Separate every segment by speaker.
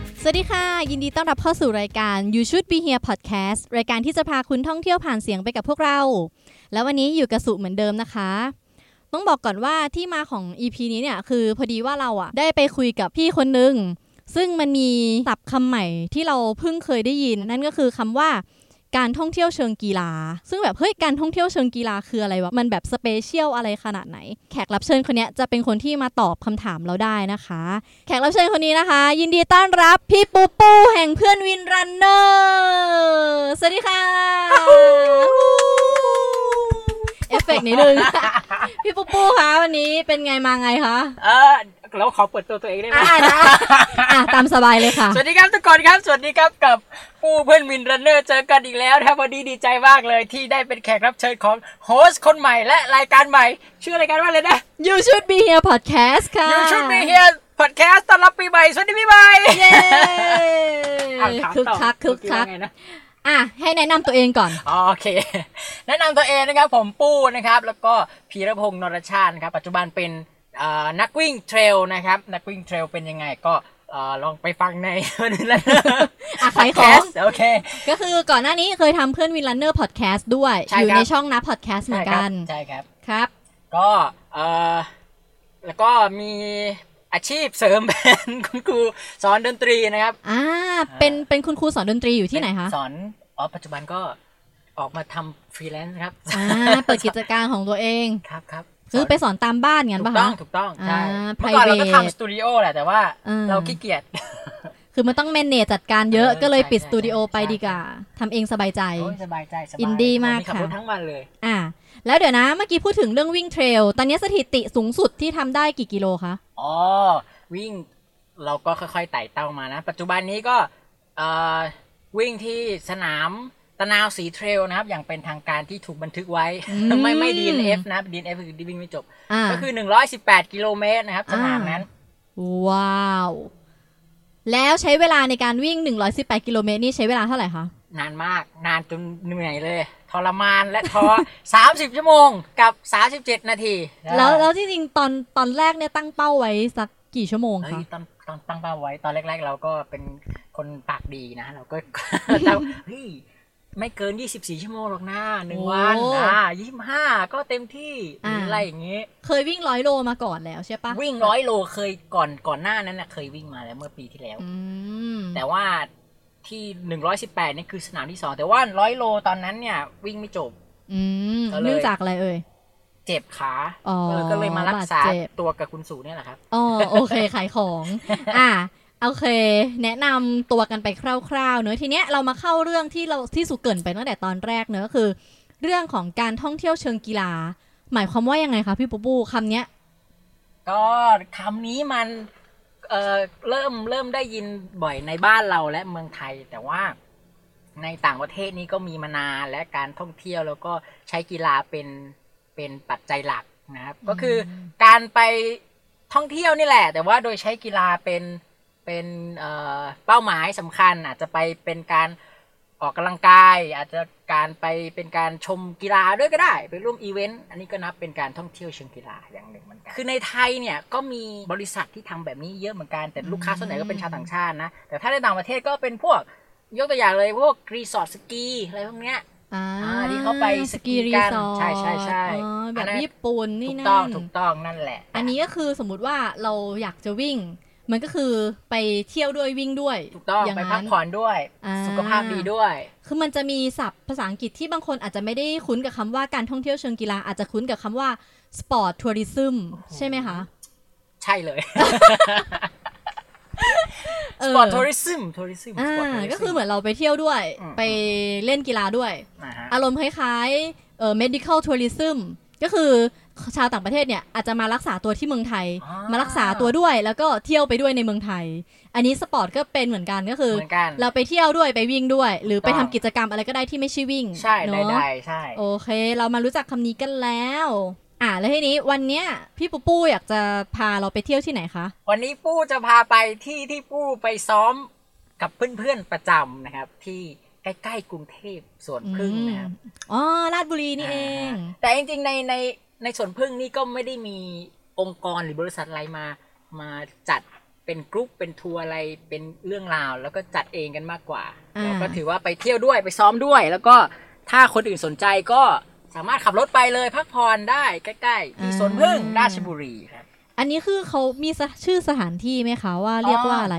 Speaker 1: ยินดีต้อนรับเข้าสู่รายการ You Should Be Here Podcast รายการที่จะพาคุณท่องเที่ยวผ่านเสียงไปกับพวกเรา แล้ววันนี้อยู่กับสุเหมือนเดิมนะคะ ต้องบอกก่อนว่าที่มาของ EP นี้เนี่ยคือพอดีว่าเราอะได้ไปคุยกับพี่คนหนึ่งซึ่งมันมีศัพท์คำใหม่ที่เราเพิ่งเคยได้ยิน นั่นก็คือคำว่า การท่องเที่ยวเชิงกีฬา ซึ่งแบบเฮ้ยการท่องเที่ยวเชิงกีฬาคืออะไรวะมันแบบสเปเชียลอะไรขนาดไหน แขกรับเชิญคนเนี้ยจะเป็นคนที่มาตอบคำถามเราได้นะคะ แขกรับเชิญคนนี้นะคะ ยินดีต้อนรับพี่ปูปูแห่งเพื่อนวินรันเนอร์สวัสดีค่ะเอฟเฟกต์นิดนึง พี่ปูปูคะวันนี้เป็นไงมาไงคะ
Speaker 2: เออแล้วขอเปิดตัวตัวเองได้ไหม
Speaker 1: อ่านะอ่ะตามสบายเลยค่ะ
Speaker 2: สวัสดีครับทุกคนครับ สวัสดีครับกับปูเพื่อนวินรันเนอร์เจอกันอีกแล้วนะครับวันนี้ดีใจมากเลยที่ได้เป็นแขกรับเชิญของโฮสต์คนใหม่และรายการใหม่ ชื่อรายการว่าอะไรนะ
Speaker 1: You should be here podcast ค่ะ
Speaker 2: You Should Be Here Podcast ต้อนรับปีใหม่สวัสดีปีใหม่
Speaker 1: เย้
Speaker 2: อ่ะถาม
Speaker 1: คึก
Speaker 2: ต่อ
Speaker 1: คักคึกคัก
Speaker 2: เมื่อว่าไงนะ
Speaker 1: อ่ะ ให้แนะนำตัวเองก่อน
Speaker 2: อ๋อโอเค แนะนำตัวเองนะครับผมปูนะครับแล้วก็พีรพงศ์นรชาตินะครับปัจจุบันเป็นเอ่อนักวิ่งเทรลนะครับนักวิ่งเทรลเป็นยังไงก็เอ่อลองไปฟังใน นี้แล้ว
Speaker 1: อ่ะขายของ
Speaker 2: โอเค
Speaker 1: ก็คือก่อนหน้านี้เคยทำเพื่อนวินลันเนอร์พอดแคสต์ด้วย
Speaker 2: ใช่
Speaker 1: อยู่
Speaker 2: ครับ
Speaker 1: ในช่องนะพอดแคสต์เหมือนกัน
Speaker 2: ใช่ครับ
Speaker 1: ครับ
Speaker 2: ก็เออแล้วก็มีอาชีพเสริมเป็น คุณครูสอนดนตรีนะครับ
Speaker 1: อ่า เป็นเป็นคุณครูสอนดนตรีอยู่ที่ไหนคะ
Speaker 2: สอนอ๋อปัจจุบันก็ออกมาทำฟรีแลนซ์ครับ
Speaker 1: อ่าเปิดกิจการของตัวเอง
Speaker 2: ครับครับ
Speaker 1: คือไปสอนตามบ้านงั้น
Speaker 2: ถู
Speaker 1: ป่ะ
Speaker 2: กต้อ
Speaker 1: คะ
Speaker 2: งถูกต้องใช่
Speaker 1: อ่า
Speaker 2: เมื่อก่อนเราก็
Speaker 1: private
Speaker 2: ทำสตูดิโอแหละแต่ว่า
Speaker 1: เออ
Speaker 2: เราขี้เกียจ
Speaker 1: คือมันต้องแมเนจจัดการเยอะ
Speaker 2: เออ
Speaker 1: ก็เลย
Speaker 2: ใช่
Speaker 1: ปิด
Speaker 2: ใช่
Speaker 1: สตูดิโอไป
Speaker 2: ใช่
Speaker 1: ดีกว่าทำเองสบายใจ
Speaker 2: โอ้ยสบายใจสบาย
Speaker 1: อินดี้มาก
Speaker 2: วันนี้ขับ
Speaker 1: ค่ะ
Speaker 2: รถทั้งวันเลย
Speaker 1: อ่า แล้วเดี๋ยวนะ เมื่อกี้พูดถึงเรื่องวิ่งเทรล ตอนนี้สถิติสูงสุดที่ทำได้กี่กิโลคะ
Speaker 2: อ๋อวิ่งเราก็ค่อยๆไต่เต้ามานะ ปัจจุบันนี้ก็เอ่อวิ่งที่สนามตะนาวสีเทรลนะครับ อย่างเป็นทางการที่ถูกบันทึกไว้
Speaker 1: อืม
Speaker 2: ไม่ไม่ DNF นะ DNF คือวิ่งไม่จบ
Speaker 1: อ่า
Speaker 2: ก็คือ 118 กิโลเมตรนะครับ สนามนั้น
Speaker 1: ว้าว แล้วใช้เวลาในการวิ่ง 118 กิโลเมตรนี่ใช้เวลาเท่าไหร่คะ
Speaker 2: นานมาก นานจนเหนื่อยเลย ทรมานและท้อ 30 ชั่วโมงกับ 37 นาที
Speaker 1: แล้ว
Speaker 2: นะ
Speaker 1: แล้วที่จริงตอนตอนแรกเนี่ยตั้งเป้าไว้สักกี่ชั่วโมง
Speaker 2: เอ้
Speaker 1: คะ
Speaker 2: ยตอนตอนตั้งเป้าไว้ ตอนแรก ๆ เราก็เป็นคนปากดีนะ เราก็ เราเฮ้ยไม่เกิน 24 ชั่วโมงหรอกนะหนึ่งวัน
Speaker 1: โอ้
Speaker 2: อ่า25 ก็เต็มที่หรือ
Speaker 1: อ่า
Speaker 2: อะไรอย่างงี้
Speaker 1: เคยวิ่งร้อยโลมาก่อนแล้วใช่ปะ
Speaker 2: วิ่งร้อยโลเคยก่อนก่อนหน้านั้นนะเคยวิ่งมาแล้วเมื่อปีที่แล้ว
Speaker 1: อืม
Speaker 2: แต่ว่าที่ 118นี่คือสนามที่ 2 แต่ว่าร้อยโลตอนนั้นเนี่ย วิ่งไม่จบ
Speaker 1: อืม
Speaker 2: เอาเลย
Speaker 1: เนื่องจากอะไรเอ่ย
Speaker 2: เจ็บขา
Speaker 1: อ๋อ
Speaker 2: เออก็เลยมารักษา
Speaker 1: บาดเจ็บ
Speaker 2: ตัวกับคุณสูเนี่ยแหละครับ
Speaker 1: อ๋อโอเค ขายของ อ่ะโอเค แนะนำตัวกันไปคร่าวๆเนอะทีเนี้ยเรามาเข้าเรื่องที่เราที่สุเกรินไปตั้งแต่ตอนแรกเนอะก็คือ เรื่องของการท่องเที่ยวเชิงกีฬา หมายความว่ายังไงคะพี่ปูปูคำเนี้ย
Speaker 2: ก็คำนี้มันเอ่อเริ่มเริ่มได้ยินบ่อยในบ้านเราและเมืองไทย แต่ว่าในต่างประเทศนี้ก็มีมานานและการท่องเที่ยวแล้วก็ใช้กีฬาเป็นเป็นปัจจัยหลักนะครับ ก็คือการไปท่องเที่ยวนี่แหละ แต่ว่าโดยใช้กีฬาเป็นเป็นเอ่อเป้าหมายสำคัญ อาจจะไปเป็นการออกกำลังกาย อาจจะการไปเป็นการชมกีฬาด้วยก็ได้ไปร่วมอีเวนต์อันนี้ก็นับเป็นการท่องเที่ยวเชิงกีฬาอย่างหนึ่งเหมือนกันคือในไทยเนี่ยก็มีบริษัทที่ทำแบบนี้เยอะเหมือนกันแต่ลูกค้าส่วนใหญ่ก็เป็นชาวต่างชาตินะแต่ถ้าในต่างประเทศก็เป็นพวก ยกตัวอย่างเลยพวกรีสอร์ทสกีอะไรพวกเนี้ย
Speaker 1: อ่า
Speaker 2: อ่าที่เขาไปสกี
Speaker 1: รี
Speaker 2: กัน
Speaker 1: สอร์ท
Speaker 2: ใช่ใช่ใช่
Speaker 1: อ๋ออแบบ
Speaker 2: นนั้น
Speaker 1: ญี่ปุ่นนี่
Speaker 2: ถูก
Speaker 1: นั่
Speaker 2: ต้อง
Speaker 1: น
Speaker 2: ถูกต้องนั่นแหละ
Speaker 1: อันนี้ก็คือสมมติว่าเราอยากจะวิ่ง มันก็คือไปเที่ยวด้วยวิ่งด้วย
Speaker 2: ถูกต้อง
Speaker 1: ย่า
Speaker 2: ไปพั
Speaker 1: นั้
Speaker 2: ก
Speaker 1: น
Speaker 2: ผ่อนด้วย
Speaker 1: อ่า
Speaker 2: สุขภาพดีด้วย
Speaker 1: คือมันจะมีศัพท์ภาษาอังกฤษที่บางคนอาจจะไม่ได้คุ้นกับคำว่าการท่องเที่ยวเชิงกีฬาอาจจะคุ้นกับคำว่า sport tourism ใช่ไหมคะ
Speaker 2: ใช่เลย
Speaker 1: เอ
Speaker 2: ส
Speaker 1: อ
Speaker 2: ปอร์ตทัวริซึมทัวริซึม
Speaker 1: อ่าก็คือเหมือนเราไปเที่ยวด้วย
Speaker 2: อืม
Speaker 1: ไปเล่นกีฬาด้วย อารมณ์คล้ายๆเอ่อ medical tourism ก็คือชาวต่างประเทศเนี่ยอาจจะมารักษาตัวที่เมืองไทย
Speaker 2: อ่าม
Speaker 1: มารักษาตัวด้วยแล้วก็เที่ยวไปด้วยในเมืองไทย อันนี้สปอร์ตก็เป็นเหมือนกันก็คือ
Speaker 2: เหมือนกัน
Speaker 1: เราไปเที่ยวด้วยไปวิ่งด้วย หรือไป
Speaker 2: ถูกต้
Speaker 1: ทำ
Speaker 2: อง
Speaker 1: กิจกรรมอะไรก็ได้ที่ไม่ใช่วิ่ง
Speaker 2: ใช่
Speaker 1: เน
Speaker 2: ได้
Speaker 1: อะ
Speaker 2: ได้ใช่
Speaker 1: โอเค เรามารู้จักคำนี้กันแล้ว อ่ะแล้วทีนี้วันเนี้ยพี่ปูปูอยากจะพาเราไปเที่ยวที่ไหนคะ
Speaker 2: วันนี้ปู้จะพาไปที่ที่ปู้ไปซ้อมกับเพื่อนๆประจำนะครับ ที่ใกล้ๆกรุงเทพสวนพึ่งนะครับ
Speaker 1: อ๋อราชบุรีนี่เอง
Speaker 2: แต่จริงๆในในในสวนพึ่งนี่ก็ไม่ได้มีองค์กรหรือบริษัทอะไรมามาจัด เป็นกรุ๊ปเป็นทัวร์อะไรเป็นเรื่องราว แล้วก็จัดเองกันมากกว่า
Speaker 1: อ่า
Speaker 2: แล้วก็ถือว่าไปเที่ยวด้วยไปซ้อมด้วย แล้วก็ถ้าคนอื่นสนใจก็สามารถขับรถไปเลยพักผ่อนได้ใกล้ๆที่สวนพึ่งราชบุรีครับ
Speaker 1: อันนี้คือเขามีสชื่อสถานที่ไหมคะว่าเรียกว่าอะไร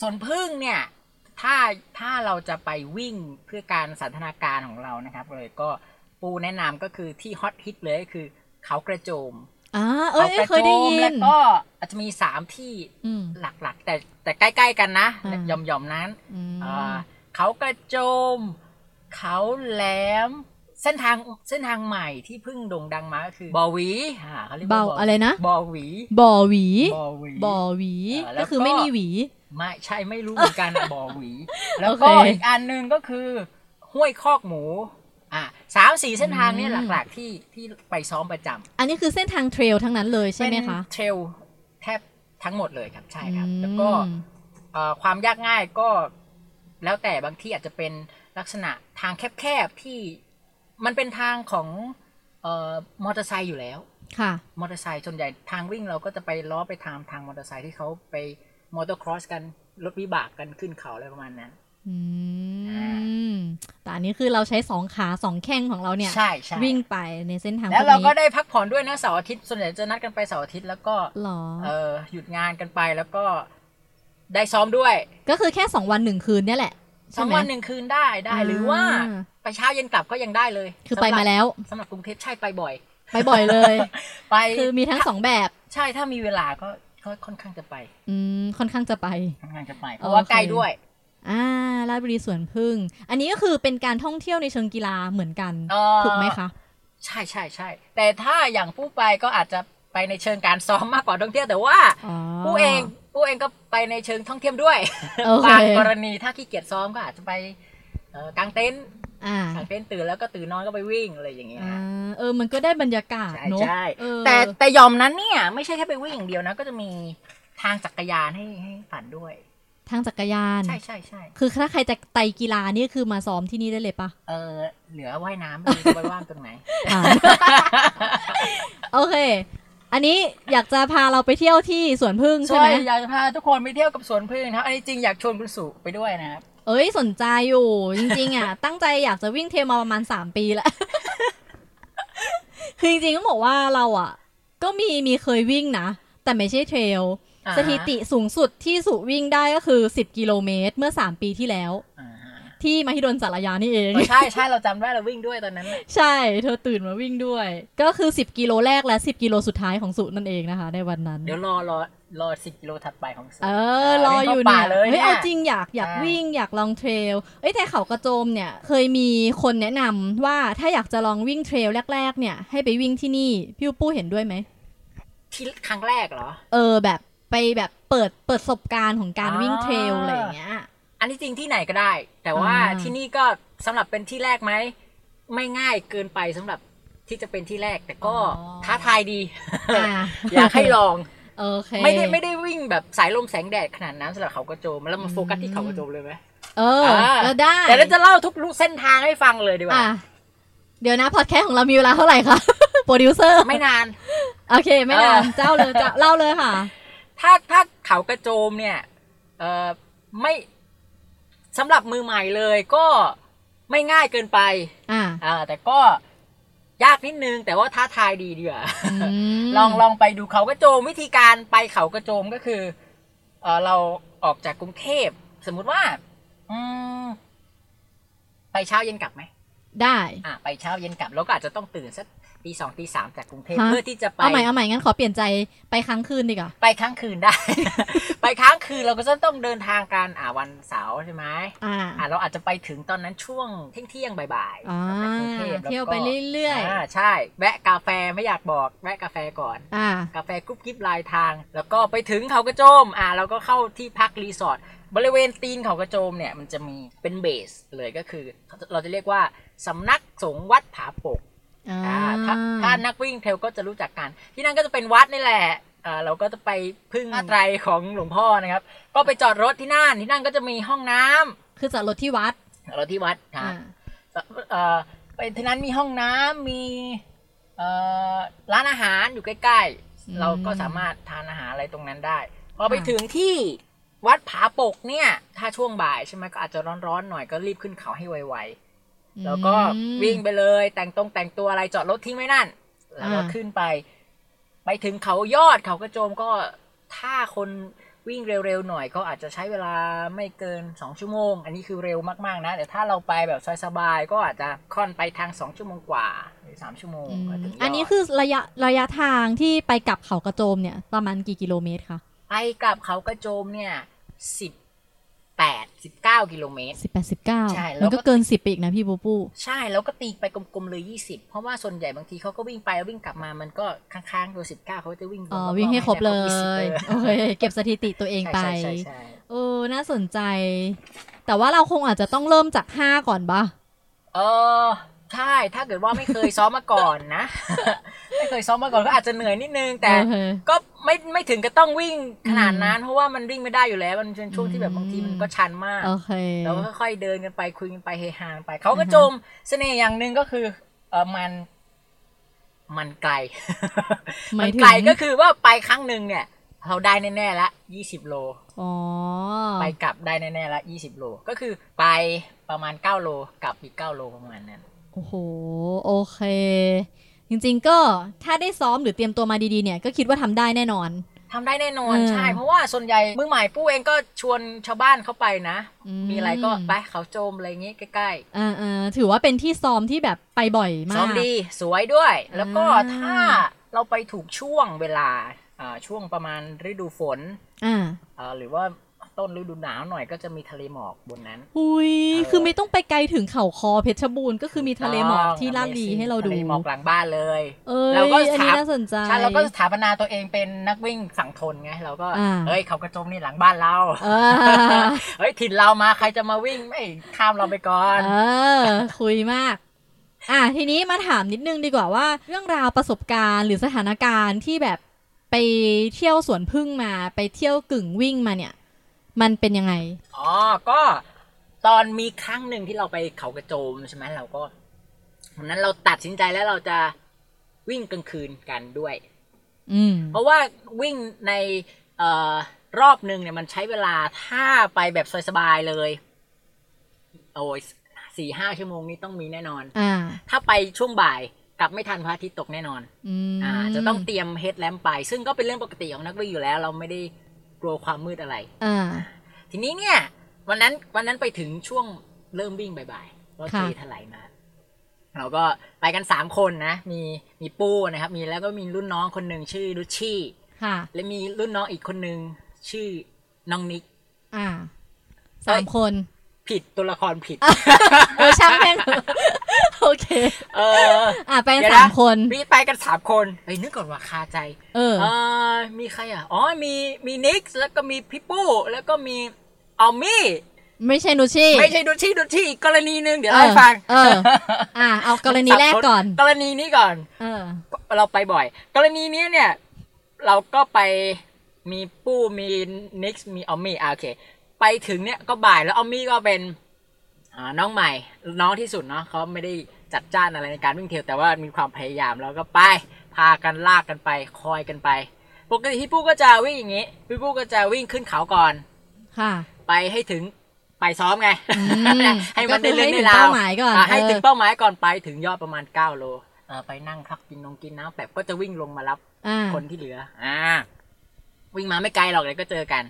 Speaker 2: สวนพึ่งเนี่ย ถ้าถ้าเราจะไปวิ่งเพื่อการสันทนาการของเรานะครับ เลยก็ปูแนะนำก็คือที่ฮอตฮิตเลยก็คือเขากระโจม
Speaker 1: อ่าเอ้ยเอ้ยเคยได้ยิ
Speaker 2: แล้ว
Speaker 1: น
Speaker 2: ก็อาจจะมีสามที่
Speaker 1: อืม
Speaker 2: หลักๆ แต่แต่ใกล้ ๆ กันนะ
Speaker 1: อ่า
Speaker 2: หย่อมๆนั้น
Speaker 1: อืม
Speaker 2: อ่าเขากระโจม เขาแหลม เส้นทางเส้นทางใหม่ที่เพิ่งโด่งดังมาก็คือบอหวีอ่าเขาเรียกว่า
Speaker 1: เบาอะไรนะ
Speaker 2: บอหวี
Speaker 1: บ่อหวี
Speaker 2: บอหวี
Speaker 1: บ่อหวี
Speaker 2: เออแล้
Speaker 1: ก็
Speaker 2: ว
Speaker 1: คือ
Speaker 2: ก็
Speaker 1: ไม่มีหวี
Speaker 2: ไม่ใช่ไม่รู้เหมือนกัน อะ บอหวี แล้วก็
Speaker 1: โอเค
Speaker 2: อีกอันหนึ่งก็คือ ห้วยคอกหมู อ่ะสามสี่เส้นทางเนี่ย
Speaker 1: อืม
Speaker 2: หลักๆที่ที่ไปซ้อมประจำ
Speaker 1: อันนี้คือเส้นทางเทรลทั้งนั้นเลยใช่ไหมคะ
Speaker 2: เป็นเทรลแทบทั้งหมดเลยครับใช่ครับ แล้วก็
Speaker 1: อืม
Speaker 2: เอ่อความยากง่ายก็แล้วแต่บางที่อาจจะเป็นลักษณะทางแคบๆที่มันเป็นทางของเอ่อมอเตอร์ไซค์อยู่แล้ว
Speaker 1: ค่ะ
Speaker 2: มอเตอร์ไซค์ส่วนใหญ่ทางวิ่งเราก็จะไปล้อไปทางทางมอเตอร์ไซค์ที่เขาไปมอเตอร์ครอสกันรถวิบากกันขึ้นเขาอะไรประมาณนั้น
Speaker 1: อืม แต่อันนี้คือเราใช้สองขาสองแข้งของเราเนี่ย
Speaker 2: ใช่ใช่
Speaker 1: วิ่งไปในเส้นทาง
Speaker 2: แล้ว
Speaker 1: พ
Speaker 2: เราก็
Speaker 1: นี้
Speaker 2: ได้พักผ่อนด้วยนะเสาร์อาทิตย์ส่วนใหญ่จะนัดกันไปเสาร์อาทิตย์แล้วก็
Speaker 1: หรอ
Speaker 2: เออหยุดงานกันไปแล้วก็ได้ซ้อมด้วย
Speaker 1: ก็คือแค่สองวันหนึ่งคืนเนี่ยแหละ
Speaker 2: ส
Speaker 1: ใช่
Speaker 2: อง
Speaker 1: ไหม
Speaker 2: วันหนึ่งคืนได้ได้หรือว่า
Speaker 1: อ่า
Speaker 2: ไปเช้าเย็นกลับก็ยังได้เลย
Speaker 1: คือไปมาแล้ว
Speaker 2: สำหรับสำหรับกรุงเทพใช่ไปบ่อย
Speaker 1: ไปบ่อยเลย
Speaker 2: ไป
Speaker 1: คือมีทั้งสองแบบ
Speaker 2: ใช่ถ้ามีเวลาก็ก็ค่อนข้างจะไป
Speaker 1: อืม ค่อนข้างจะไป
Speaker 2: ค่อนข้างจะไปเพราะว่า
Speaker 1: โอเค
Speaker 2: ใกล้ด้วย
Speaker 1: อ่าราชบุรีสวนพึ่ง อันนี้ก็คือเป็นการท่องเที่ยวในเชิงกีฬาเหมือนกัน
Speaker 2: เอ่อ
Speaker 1: ถูกไหมคะ
Speaker 2: ใช่ใช่ใช่แต่ถ้าอย่างผู้ไปก็อาจจะไปในเชิงการซ้อมมากกว่าท่องเที่ยวแต่ว่า
Speaker 1: อ๋อ
Speaker 2: ผู้เองผู้เองก็ไปในเชิงท่องเที่ยวด้วย
Speaker 1: โอเค
Speaker 2: บางกรณีถ้าขี้เกียจซ้อมก็อาจจะไปเอ่อกางเต็นท์
Speaker 1: อ่าก
Speaker 2: างเต็นท์ตื่นแล้วก็ตื่นนอนก็ไปวิ่งอะไรอย่างเงี้ย
Speaker 1: อ่าเออ มันก็ได้บรรยากาศ
Speaker 2: ใช่
Speaker 1: เนอะ
Speaker 2: ใช่
Speaker 1: เออ
Speaker 2: แต่แต่ยอมนั้นเนี่ย ไม่ใช่แค่ไปวิ่งอย่างเดียวนะก็จะมีทางจักรยานให้ให้ปั่นด้วย
Speaker 1: ทางจักรยาน
Speaker 2: ใช่ใช่ใช่
Speaker 1: คือถ้าใครจะไตรกีฬานี่คือมาซ้อมที่นี่ได้เลยปะ
Speaker 2: เออเหลือว่ายน้ำเลยจะไปว่างตรงไหน
Speaker 1: อ่า โอเค อันนี้อยากจะพาเราไปเที่ยวที่สวนพึ่งใช่
Speaker 2: ใช่
Speaker 1: ไหม
Speaker 2: อยากจะพาทุกคนไปเที่ยวกับสวนพึ่งนะครับ อันนี้จริงอยากชวนคุณสุไปด้วยนะครับ
Speaker 1: เอ้ยสนใจอยู่ จริงๆอ่ะ ตั้งใจอยากจะวิ่งเทรลมาประมาณ 3 ปีแล้ว คือจริงๆก็บอกว่าเราอ่ะ ก็มีมีเคยวิ่งนะ แต่ไม่ใช่เทรล
Speaker 2: อ่าฮะ
Speaker 1: สถิติสูงสุดที่สุวิ่งได้ก็คือ 10 กิโลเมตรเมื่อ 3 ปีที่แล้ว
Speaker 2: อ่า
Speaker 1: ที่มหิดลสารยานี่เอง
Speaker 2: ใช่ใช่เราจำได้เราวิ่งด้วยตอนนั้นน่ะ
Speaker 1: ใช่ เธอตื่นมาวิ่งด้วย ก็คือ 10 กิโลแรกและ 10 กิโลสุดท้ายของสุนั่นเองนะคะ ในวันนั้น
Speaker 2: เดี๋ยวรอรอรอสิบกิโลถัดไปของสุ
Speaker 1: เออ รออยู่เนี่ย
Speaker 2: วิ่งข้าป่าเลย
Speaker 1: เฮ้ย
Speaker 2: นี่ย
Speaker 1: เอาจริงอยากอยาก
Speaker 2: ใช่
Speaker 1: วิ่งอยากลองเทรลเอ้ยแต่เขากระโจมเนี่ยเคยมีคนแนะนำว่าถ้าอยากจะลองวิ่งเทรลแรก ๆ เนี่ย ให้ไปวิ่งที่นี่ พี่ปู้เห็นด้วยไหม
Speaker 2: ที่ครั้งแรกเหรอ
Speaker 1: เออแบบไปแบบเปิดเปิดประสบการณ์ของการ
Speaker 2: อ่า
Speaker 1: วิ่งเทรลอะไรอย่างเงี้ย
Speaker 2: อันนี้จริงที่ไหนก็ได้ แต่ว่า
Speaker 1: อ่า
Speaker 2: ที่นี่ก็สำหรับเป็นที่แรกไหม ไม่ง่ายเกินไปสำหรับที่จะเป็นที่แรกแต่ก็ท้าทายดี
Speaker 1: อ่ะ
Speaker 2: อยากให้ลอง
Speaker 1: โอเค
Speaker 2: ไม่ได้ไม่ได้วิ่งแบบสายลมแสงแดดขนาดนั้นสำหรับเขากระโจมแล้วมาโฟกัสที่เขากระโจมเลยไหม
Speaker 1: เออ
Speaker 2: อ่า
Speaker 1: แล้วได้
Speaker 2: แต่เราจะเล่าทุกเส้นทางให้ฟังเลยดีกว่า
Speaker 1: อ่ะเดี๋ยวนะพอดแคสต์ของเรามีเวลาเท่าไหร่คะ โปรดิวเซอร์
Speaker 2: ไม่นาน
Speaker 1: โอเค ไม่นานเจ้าเลยเจ้าเล่าเลยค่ะ
Speaker 2: ถ้าถ้าเขากระโจมเนี่ย เออไม่สำหรับมือใหม่เลยก็ไม่ง่ายเกินไป
Speaker 1: อ่ะ
Speaker 2: อ่า แต่ก็ยากนิดนึง แต่ว่าท้าทายดีดีกว่า
Speaker 1: ม
Speaker 2: ลองลองไปดูเขากระโจมวิธีการไปเขากระโจมก็คือเออเราออกจากกรุงเทพ สมมุติว่า อืมไปเช้าเย็นกลับไหม
Speaker 1: ได้
Speaker 2: อ่าไปเช้าเย็นกลับแล้วก็อาจจะต้องตื่นสักตีสองตีสามจากกรุงเทพ
Speaker 1: ฮะ
Speaker 2: เพื่อที่จะไป
Speaker 1: เอาใหม่เอาใหม่งั้นขอเปลี่ยนใจไปค้างคืนดีกว่า
Speaker 2: ไปค้างคืนได้ ไปค้างคืนเราก็จะต้องเดินทางกันอ่าวันเสาร์ใช่ไหม
Speaker 1: อ่า
Speaker 2: อ่าเราอาจจะไปถึงตอนนั้นช่วงเที่ยงเที่ยงๆบ่าย
Speaker 1: อ่า
Speaker 2: จากกรุงทพแล้วก็
Speaker 1: เที่ยวไปเรื่อย
Speaker 2: อ่าใช่ แวะกาแฟไม่อยากบอก แวะกาแฟก่อน
Speaker 1: ๆ อ่า
Speaker 2: กาแฟกรุ๊ปกริ๊บลายทาง แล้วก็ไปถึงเขากระโจม อ่าเราก็เข้าที่พักรีสอร์ทบริเวณตีนเขากระโจมเนี่ยมันจะมีเป็นเบสเลยก็คือ เราจะเรียกว่าสำนักสงฆ์วัดผาปก
Speaker 1: อ่า
Speaker 2: อ่าถ้าถ้านักวิ่งเทรลก็จะรู้จักกัน ที่นั่นก็จะเป็นวัดนี่แหละอ่าเราก็จะไปพึ่งพระไตรของหลวงพ่อนะครับ ก็ไปจอดรถที่นั่นที่นั่นก็จะมีห้องน้ำ
Speaker 1: คือจอดรถที่วัด
Speaker 2: เราที่วัดค
Speaker 1: อ่า
Speaker 2: รับเอ่อไปที่นั้นมีห้องน้ำมีเอ่อร้านอาหารอยู่ใกล้ ๆ เราก็สามารถทานอาหารอะไรตรงนั้นได้ พ อไปถึงที่วัดผาปกเนี่ย ถ้าช่วงบ่ายใช่ไหมก็อาจจะร้อนๆหน่อยก็รีบขึ้นเขาให้ไวๆ แล้วก็วิ่งไปเลยแต่งตรงแต่งตัวอะไรจอดรถทิ้งไว้นั่น แล้วก็
Speaker 1: อ่า
Speaker 2: ขึ้นไป ไปถึงเขายอดเขากระโจมก็ถ้าคนวิ่งเร็วๆหน่อยก็อาจจะใช้เวลาไม่เกินสองชั่วโมง อันนี้คือเร็วมากๆนะแต่ถ้าเราไปแบบสบายๆก็อาจจะค่อนไปทางสองชั่วโมงกว่าหรือสามชั่วโมง
Speaker 1: อืม
Speaker 2: ก็ถึงยด
Speaker 1: อันนี้คือระยะระยะทางที่ไปกลับเขากระโจมเนี่ย ประมาณกี่กิโลเมตรคะ
Speaker 2: ไปกลับเขากระโจมเนี่ยสิบแปดสิบเก้ากิโลเมตร
Speaker 1: สิบแปดสิบเก้า
Speaker 2: ใช่แล้วก็
Speaker 1: มันก็เกินสิบไปอีกนะพี่ปูปู
Speaker 2: ใช่แล้วก็ตีไปกลมๆเลยยี่สิบเพราะว่าส่วนใหญ่บางทีเขาก็วิ่งไปแล้ววิ่งกลับมามันก็ค้างๆตัวสิบเก้าเขาจะวิ่ง
Speaker 1: อ๋อ
Speaker 2: รอบๆ
Speaker 1: วิ่งให้ครบเล
Speaker 2: 20
Speaker 1: ยโอเคเก็บสถิติตัวเองไป
Speaker 2: ใช่ใช่ใช่ใช่
Speaker 1: โอ้น่าสนใจ แต่ว่าเราคงอาจจะต้องเริ่มจากห้าก่อนปะ
Speaker 2: เออใช่ถ้าเกิดว่าไม่เคยซ้อมมาก่อนนะ ไม่เคยซ้อมมาก่อนก็อาจจะเหนื่อยนิดนึงแต่
Speaker 1: โอเค
Speaker 2: ก็ไม่ไม่ถึงกับต้องวิ่งขนาด
Speaker 1: อืม
Speaker 2: นั้น เพราะว่ามันวิ่งไม่ได้อยู่แล้ว มันเป็นช่วงที่แบบบางทีมันก็ชันมาก
Speaker 1: โอเค
Speaker 2: แล้วก็ค่อยๆเดินกันไปคุยกันไปเฮฮากันไป เขาก็
Speaker 1: อือฮะ
Speaker 2: จมเสน่ห์อย่างหนึ่งก็คือเออมัน มันไก ล
Speaker 1: ห
Speaker 2: มั
Speaker 1: มายถึง
Speaker 2: ไกลก็คือว่าไปครั้งหนึ่งเนี่ย เราได้แน่ๆละยี่สิบโล
Speaker 1: อ๋อ
Speaker 2: ไปกลับได้แน่ๆละยี่สิบโล ก็คือไปประมาณเก้าโลกลับอีกเก้าโลประมาณนั้น
Speaker 1: โอ้โหโอเค จริงๆก็ถ้าได้ซ้อมหรือเตรียมตัวมาดีๆเนี่ย ก็คิดว่าทำได้แน่นอน
Speaker 2: ทำได้แน่นอน
Speaker 1: เออ
Speaker 2: ใช่ เพราะว่าส่วนใหญ่มือใหม่ปู้เองก็ชวนชาวบ้านเข้าไปนะ มีอะไรก็ไปเขาโจมอะไรอย่างงี้ใกล้ๆ
Speaker 1: เออเออถือว่าเป็นที่ซ้อมที่แบบไปบ่อยมาก
Speaker 2: ซ้อมดีสวยด้วย แล้วก็
Speaker 1: อ่า
Speaker 2: ถ้าเราไปถูกช่วงเวลาอ่าช่วงประมาณฤดูฝน
Speaker 1: อ่า
Speaker 2: อ่าหรือว่าต้นฤดูหนาวหน่อยก็จะมีทะเลหมอกบนนั้น
Speaker 1: หุย
Speaker 2: เออ
Speaker 1: คือไม่ต้องไปไกลถึงเขาคอเพชรบูรณ์ก็คือมีทะเลหมอกที่ลาดลีให้เราดู
Speaker 2: ทะเลหมอกหลังบ้านเลย
Speaker 1: เอ้ย
Speaker 2: เราก็
Speaker 1: อันนี้
Speaker 2: ถาม
Speaker 1: น่าสนใจ
Speaker 2: ใช่เราก็สถาปนาตัวเองเป็นนักวิ่งสั่งทนไงเราก็
Speaker 1: อ่า
Speaker 2: เอ้ยเขากระโจมนี่หลังบ้านเรา
Speaker 1: เออ
Speaker 2: เฮ้ยถิ่นเรามาใครจะมาวิ่งไม่ข้ามเราไปก่อน
Speaker 1: เออ คุยมาก อ่ะทีนี้มาถามนิดนึงดีกว่าว่า เรื่องราวประสบการณ์หรือสถานการณ์ที่แบบไปเที่ยวสวนพึ่งมา ไปเที่ยวกึ่งวิ่งมาเนี่ย มันเป็นยังไง
Speaker 2: อ๋อ ก็ตอนมีครั้งหนึ่งที่เราไปเขากระโจมใช่ไหมเราก็วันนั้นเราตัดสินใจแล้วเราจะวิ่งกลางคืนกันด้วย
Speaker 1: อืม
Speaker 2: เพราะว่าวิ่งในเออรอบหนึ่งเนี่ยมันใช้เวลาถ้าไปแบบสบายๆเลย โอ้ยสี่ห้าชั่วโมงนี้ต้องมีแน่นอน
Speaker 1: อ่า
Speaker 2: ถ้าไปช่วงบ่ายกลับไม่ทันพระอาทิตย์ตกแน่นอน
Speaker 1: อืม
Speaker 2: อ่า จะต้องเตรียมเฮดแลมไป ซึ่งก็เป็นเรื่องปกติของนักวิ่งอยู่แล้ว เราไม่ได้กลัวความมืดอะไร
Speaker 1: อ่า
Speaker 2: ทีนี้เนี่ย วันนั้นวันนั้นไปถึงช่วงเริ่มวิ่งบ่ายๆรถเท
Speaker 1: ค่ะ
Speaker 2: ถลายมา เราก็ไปกันสามคนนะ มีมีปู้นะครับ มีแล้วก็มีรุ่นน้องคนหนึ่งชื่อลุชชี่
Speaker 1: ค่ะ
Speaker 2: และมีรุ่นน้องอีกคนหนึ่งชื่อน้องนิก
Speaker 1: อ่า
Speaker 2: เอ้
Speaker 1: สาย มคน
Speaker 2: ผิดตัวละครผิด
Speaker 1: เออช่าง แม่งโอเค
Speaker 2: เออ
Speaker 1: อ่ะไปกัน
Speaker 2: เดี๋ยวนะ
Speaker 1: สามคน
Speaker 2: มีไปกันสามคนเอ้ยนึกก่อนว่าคาใจ
Speaker 1: เออ
Speaker 2: เออมีใครอ่ะ อ๋อมีมีนิกแล้วก็มีพี่ปู้แล้วก็มีออมมี่
Speaker 1: ไม่ใช่นูชี่
Speaker 2: ไม่ใช่ดูชี่ดูชี่อีกกรณีหนึ่งเดี๋ยวเล่าให้ฟัง
Speaker 1: เออ อ่าเอากรณีแรกก่อน
Speaker 2: กรณีนี้ก่อน
Speaker 1: เออ
Speaker 2: เราไปบ่อย กรณีนี้เนี่ย เราก็ไปมีปู้มีนิกซ์มีออมมี่อ่ะโอเค ไปถึงเนี่ยก็บ่ายแล้วออมมี่ก็เป็นอ่าน้องใหม่ น้องที่สุดเนาะเขาไม่ได้จัดจ้านอะไรในการวิ่งเทรลแต่ว่ามีความพยายามแล้วก็ไป พากันลากกันไป คอยกันไป ปกติพี่ปู้ก็จะวิ่งอย่างนี้ พี่ปู้ก็จะวิ่งขึ้นเขาก่อน
Speaker 1: ค่ะ
Speaker 2: ไปให้ถึงไปซ้อมไง
Speaker 1: อืม
Speaker 2: ให้มันได้เล่น
Speaker 1: ก็คือให้ถึง
Speaker 2: ได้ราว
Speaker 1: เป้าหมายก่อน
Speaker 2: อ่ะให้
Speaker 1: เออ
Speaker 2: ถึงเป้าหมายก่อนไปถึงยอดประมาณ 9 โลเออไปนั่งพักกินนงกินน้ำแบบก็จะวิ่งลงมารับ
Speaker 1: อ่า
Speaker 2: คนที่เหลือ อ่า วิ่งมาไม่ไกลหรอกเลยวก็เจอกัน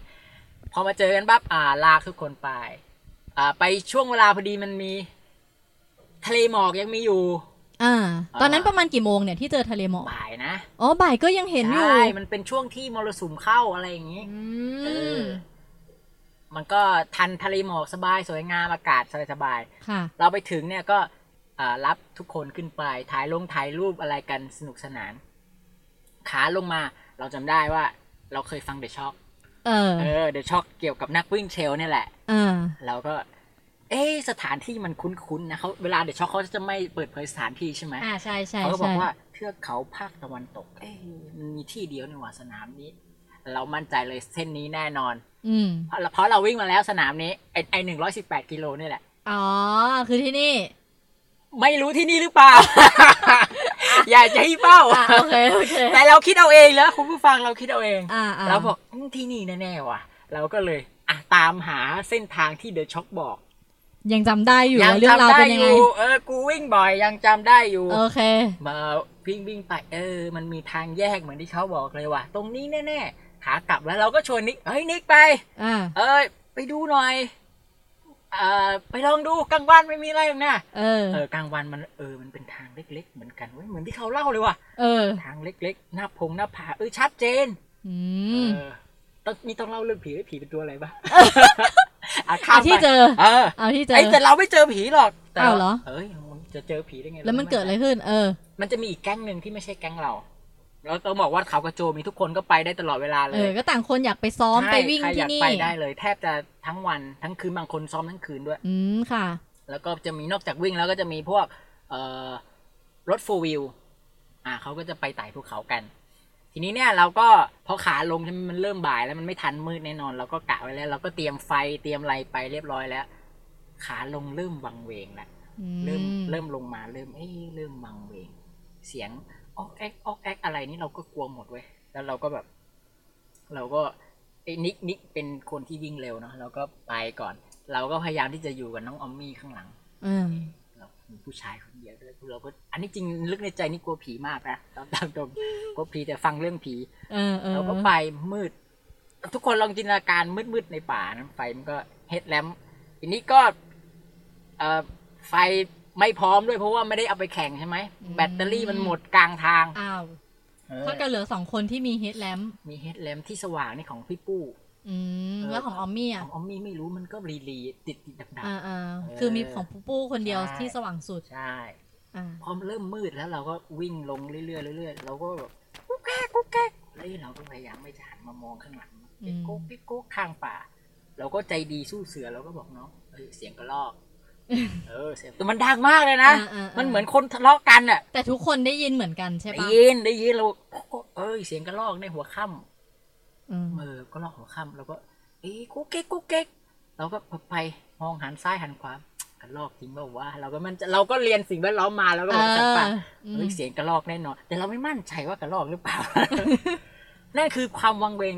Speaker 2: พอมาเจอกันปั๊บอ่า ลากทุกคนไป อ่า ไปช่วงเวลาพอดีมันมี ทะเลหมอกยังมีอยู่
Speaker 1: อ่า ตอนนั้น
Speaker 2: อ่า
Speaker 1: ประมาณกี่โมงเนี่ยที่เจอทะเลหมอก
Speaker 2: บ่ายนะ
Speaker 1: อ๋อ บ่ายก็ยังเห็นอยู่
Speaker 2: ใช่มันเป็นช่วงที่มรสุมเข้าอะไรอย่างนี้
Speaker 1: อื
Speaker 2: เอ
Speaker 1: ม
Speaker 2: อ มันก็ทันทะเลหมอกสบายสวยงามอากาศสบายสบายๆ
Speaker 1: ค่ะ
Speaker 2: เราไปถึงเนี่ยก็อ่ารับทุกคนขึ้นไปถ่ายลงถ่ายรูปอะไรกันสนุกสนาน ขาลงมาเราจำได้ว่าเราเคยฟังเดอะช็อก
Speaker 1: เออ
Speaker 2: เออเดอะช็อกเกี่ยวกับนักวิ่งเทรลเนี่ยแหละ
Speaker 1: เออ
Speaker 2: เราก็ เอ๊ะสถานที่มันคุ้นๆนะเขาเวลาเดอะช็อกเขาจะไม่เปิดเผยสถานที่ใช่ไหม
Speaker 1: อ่า ใช่ใช่
Speaker 2: เขาก็บอ
Speaker 1: ใช่
Speaker 2: กว่าเทือกเขาภาคตะวันตก เอ๊ะมันมีที่เดียวในหว่าสนามนี้ เรามั่นใจเลยเส้นนี้แน่นอน
Speaker 1: อืม
Speaker 2: เพราะเพราะเราวิ่งมาแล้วสนามนี้ไอไอหนึ่งร้อยสิบแปดกิโลนี่แหละ
Speaker 1: อ๋อ คือที่นี่
Speaker 2: ไม่รู้ที่นี่หรือเปล่า อย่าใช้เป้า
Speaker 1: อ่ะโอเคโอเค
Speaker 2: แต่เราคิดเอาเองนะคุณผู้ฟังเราคิดเอาเอง
Speaker 1: อ่าอ่า
Speaker 2: เราบอกอืมที่นี่แน่ๆว่ะ เราก็เลยอ่ะตามหาเส้นทางที่เดอะช็อคบอก
Speaker 1: ยังจำได้อยู่ว่าเรื่องราว
Speaker 2: จำได้
Speaker 1: เป็นยังไง
Speaker 2: เออกูวิ่งบ่อยยังจำได้อยู่
Speaker 1: โอเค
Speaker 2: มาวิ่งวิ่งไปเออ มันมีทางแยกเหมือนที่เขาบอกเลยว่ะ ตรงนี้แน่ๆขากลับแล้วเราก็ชวนนิกเฮ้ยนิกไป
Speaker 1: อ่า
Speaker 2: เอ้ยไปดูหน่อยเอ่อไปลองดูกลางวันไม่มีอะไรหรอกนะ
Speaker 1: เออ
Speaker 2: เออกลางวันมันเออมันเป็นทางเล็ก ๆ เหมือนกันเว้ยเหมือนที่เขาเล่าเลยว่ะ
Speaker 1: เออ
Speaker 2: ทางเล็กๆหน้าพงหน้าผาเออชัดเจน
Speaker 1: อืม
Speaker 2: เออต้องนี่ต้องเล่าเรื่องผีไอ้ผีเป็นตัวอะไร บ้าง อ่ะข้าม
Speaker 1: เอาที่
Speaker 2: ไป
Speaker 1: เจอ
Speaker 2: เออ
Speaker 1: เอาที่เจ
Speaker 2: ไอ้
Speaker 1: อ
Speaker 2: แต่เราไม่เจอผีหรอกแต่
Speaker 1: อ้าวเหรอ
Speaker 2: เอ้ยมึงจะเจอผีได้ไง
Speaker 1: แล้วมันเกิดอะไรขึ้น เออ
Speaker 2: มันจะมีอีกแก๊งหนึ่งที่ไม่ใช่แก๊งเรา เราต้องบอกว่าเขากระโจมมีทุกคนก็ไปได้ตลอดเวลาเล
Speaker 1: เอย อ ก็ต่างคนอยากไปซ้อม
Speaker 2: ใช่
Speaker 1: ไปวิ่ง
Speaker 2: ใครอ
Speaker 1: ที่
Speaker 2: ยาก
Speaker 1: นี่
Speaker 2: ไปได้เลย แทบจะทั้งวันทั้งคืนบางคนซ้อมทั้งคืนด้วย
Speaker 1: อืม ค่ะ
Speaker 2: แล้วก็จะมีนอกจากวิ่งแล้วก็จะมีพวกเอ่อรถโฟวิวอ่าเขาก็จะไปไต่ภูเขากัน ทีนี้เนี่ยเราก็พอขาลงใช่ไหมมันเริ่มบ่ายแล้วมันไม่ทันมืดแน่นอน เราก็กะไว้แล้ว เราก็เตรียมไฟเตรียมอะไรไปเรียบร้อยแล้ว ขาลงเริ่มวังเวงแล้ว
Speaker 1: อื
Speaker 2: เริ่มเริ่มลงมาเริ่มเอ้ยเริ่มวังเวง เสียงออกแอกออกแอกอะไรนี่เราก็กลัวหมดเว้ยแล้วเราก็แบบ เราก็ไอ้ยนิกนิกเป็นคนที่วิ่งเร็วเนาะเราก็ไปก่อน เราก็พยายามที่จะอยู่กับน้องออมมี่ข้างหลัง
Speaker 1: เออ
Speaker 2: เรามีผู้ชายคนเดียวด้วยเราก็อันนี้จริงลึกในใจนี่กลัวผีมากนะตามตามตรงกลัวผีแต่ฟังเรื่องผี
Speaker 1: เออเออ
Speaker 2: เราก็ไปมืด ทุกคนลองจินตนาการมืดๆในป่านะไฟมันก็เฮดแลมป์อันนี้ก็เอ่อไฟไม่พร้อมด้วยเพราะว่าไม่ได้เอาไปแข่งใช่ไหม แบตเตอรี่มันหมดกลางทาง
Speaker 1: อ้าว
Speaker 2: เออ
Speaker 1: เขาจะเหลือสองคนที่มีเฮดแลม
Speaker 2: มีเฮดแลมป์ที่สว่างนี่ของพี่ปู้
Speaker 1: อืม
Speaker 2: เออ
Speaker 1: แล้วของออมมี่
Speaker 2: ข
Speaker 1: อ่ะ
Speaker 2: องออมมี่ไม่รู้มันก็รีรีติดติดๆดับ
Speaker 1: อ่าอ่า
Speaker 2: เออ
Speaker 1: คือมีของปูปูคนเดียว
Speaker 2: ใช่
Speaker 1: ที่สว่างสุด
Speaker 2: ๆใช่
Speaker 1: อ่า
Speaker 2: พอเริ่มมืดแล้วเราก็วิ่งลงเรื่อยๆเรื่อยๆเราก็แบบกุ๊กแก๊กกุ๊กแก๊กแล้วเราก็พยายามไม่จะหันมามองข้างหลัง
Speaker 1: อื
Speaker 2: ปิ๊ก
Speaker 1: ม
Speaker 2: กุ๊กปิ๊กกุ๊กข้างป่า เราก็ใจดีสู้เสือเราก็บอกน้องเอ้ยเสียงกระลอก เออเสียงแต่มันดังมากเลยนะ
Speaker 1: อ่าอ่าอ่ามั
Speaker 2: มันเหมือนคนทะเลาะกันอ่ะ
Speaker 1: แต่ทุกคนได้ยินเหมือนกันใช่
Speaker 2: ได้
Speaker 1: ปะ
Speaker 2: ยินได้ยินเราก็เอ้ยเสียงกระลอกในหัวค่
Speaker 1: อืม
Speaker 2: ำเออก็ลอกหัวค่ำเราก็เอ้ยกุ๊กเก๊กกุ๊กเก๊กเราก็ไปมองหันซ้ายหันขวากระลอกจริงเปล่าวะเราก็มันจะเราก็เรียนสิ่งแวดล้อมมาแล้วก็
Speaker 1: เอ
Speaker 2: บอกสัตว์ป่า
Speaker 1: ออืม
Speaker 2: เฮ้ยเสียงกระรอกแน่นอน แต่เราไม่มั่นใจว่ากระรอกหรือเปล่า นั่นคือความวังเวง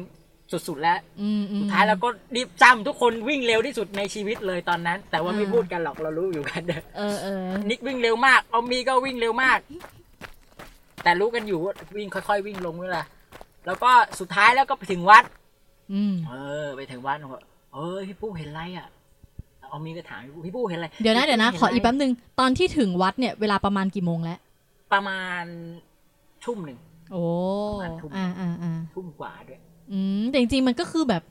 Speaker 2: สุดๆแล้ว
Speaker 1: อืมอืม
Speaker 2: สุดท้ายเราก็รีบจำทุกคนวิ่งเร็วที่สุดในชีวิตเลยตอนนั้น แต่ว่า
Speaker 1: อ่า
Speaker 2: ไม่พูดกันหรอกเรารู้อยู่กันเด้อ
Speaker 1: เออเออ
Speaker 2: นิกวิ่งเร็วมากออมมีก็วิ่งเร็วมาก แต่รู้กันอยู่ว่าวิ่งค่อยๆวิ่งลงเวลาแล้วก็สุดท้ายแล้วก็ไปถึงวัด
Speaker 1: อืม
Speaker 2: เออ ไปถึงวัดผมก็เอ้ยพี่ปู้เห็นไรอ่ะออมมีก็ถามพี่ปู้พี่ปู้เห็นอะไร
Speaker 1: เดี๋ยวนะ เดี๋ยวนะ
Speaker 2: พี่
Speaker 1: ขอ
Speaker 2: ปู้
Speaker 1: อีก
Speaker 2: เห็ไร
Speaker 1: แป๊บนึง ตอนที่ถึงวัดเนี่ย เวลาประมาณกี่โมงแล้ว
Speaker 2: ประมาณทุ่มหนึ่ง
Speaker 1: โอ้
Speaker 2: ประมาณทุ่ม
Speaker 1: อ่าอ่าอ่า
Speaker 2: ทุ่มกว่าด้วย
Speaker 1: อืม แต่จริงๆ มันก็คือแบบ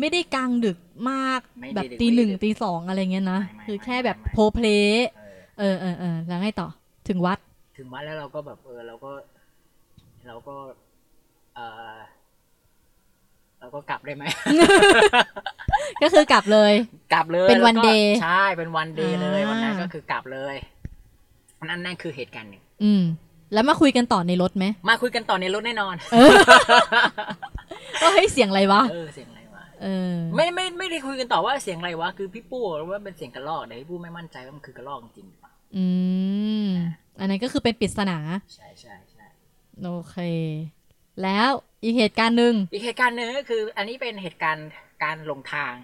Speaker 1: ไม่ได้กลางดึกมาก
Speaker 2: ไม่ได้
Speaker 1: แบบ
Speaker 2: ดึก
Speaker 1: ตีหนึ่ง
Speaker 2: ไม่ได้ดึก
Speaker 1: ตีสองอะไรเงี้ยนะ
Speaker 2: ไม่ไม่
Speaker 1: คือแค่
Speaker 2: ไม่
Speaker 1: แบบ
Speaker 2: ไม่
Speaker 1: โพลเพลย์
Speaker 2: เออ
Speaker 1: เออเออเออแล้วไงต่อ ถึงวัด
Speaker 2: ถึงวัดแล้วเราก็แบบเออเราก็เราก็เออเราก็กลับได้ไหม
Speaker 1: ก็คือกลับเลย
Speaker 2: กลับเลย
Speaker 1: เป็นวัน
Speaker 2: แล้วก็
Speaker 1: day
Speaker 2: ใช่เป็นวันเดย์เลย
Speaker 1: อ่า
Speaker 2: วันนั้นก็คือกลับเลยนั่นนั่นคือเหตุการณ์หนึ่ง
Speaker 1: อืม แล้วมาคุยกันต่อในรถไหม
Speaker 2: มาคุยกันต่อในรถแน่นอน
Speaker 1: ว่าเฮ้ยเสียงอะไรวะ
Speaker 2: เออเสียงอะไรวะ
Speaker 1: เออ
Speaker 2: ไม่ไม่ไม่ได้คุยกันต่อว่าเสียงอะไรวะคือพี่ปู้บอกว่าเป็นเสียงกระรอกแต่พี่ปู้ไม่มั่นใจว่ามันคือกระรอกจริงหรือเปล่า
Speaker 1: อืม อันนั้นก็คือเป็นปริศนา
Speaker 2: ใช่ใช่ใช่
Speaker 1: โอเค แล้วอีกเหตุการณ์หนึ่ง
Speaker 2: อีกเหตุการณ์หนึ่งก็คือ อันนี้เป็นเหตุการณ์การหลงทาง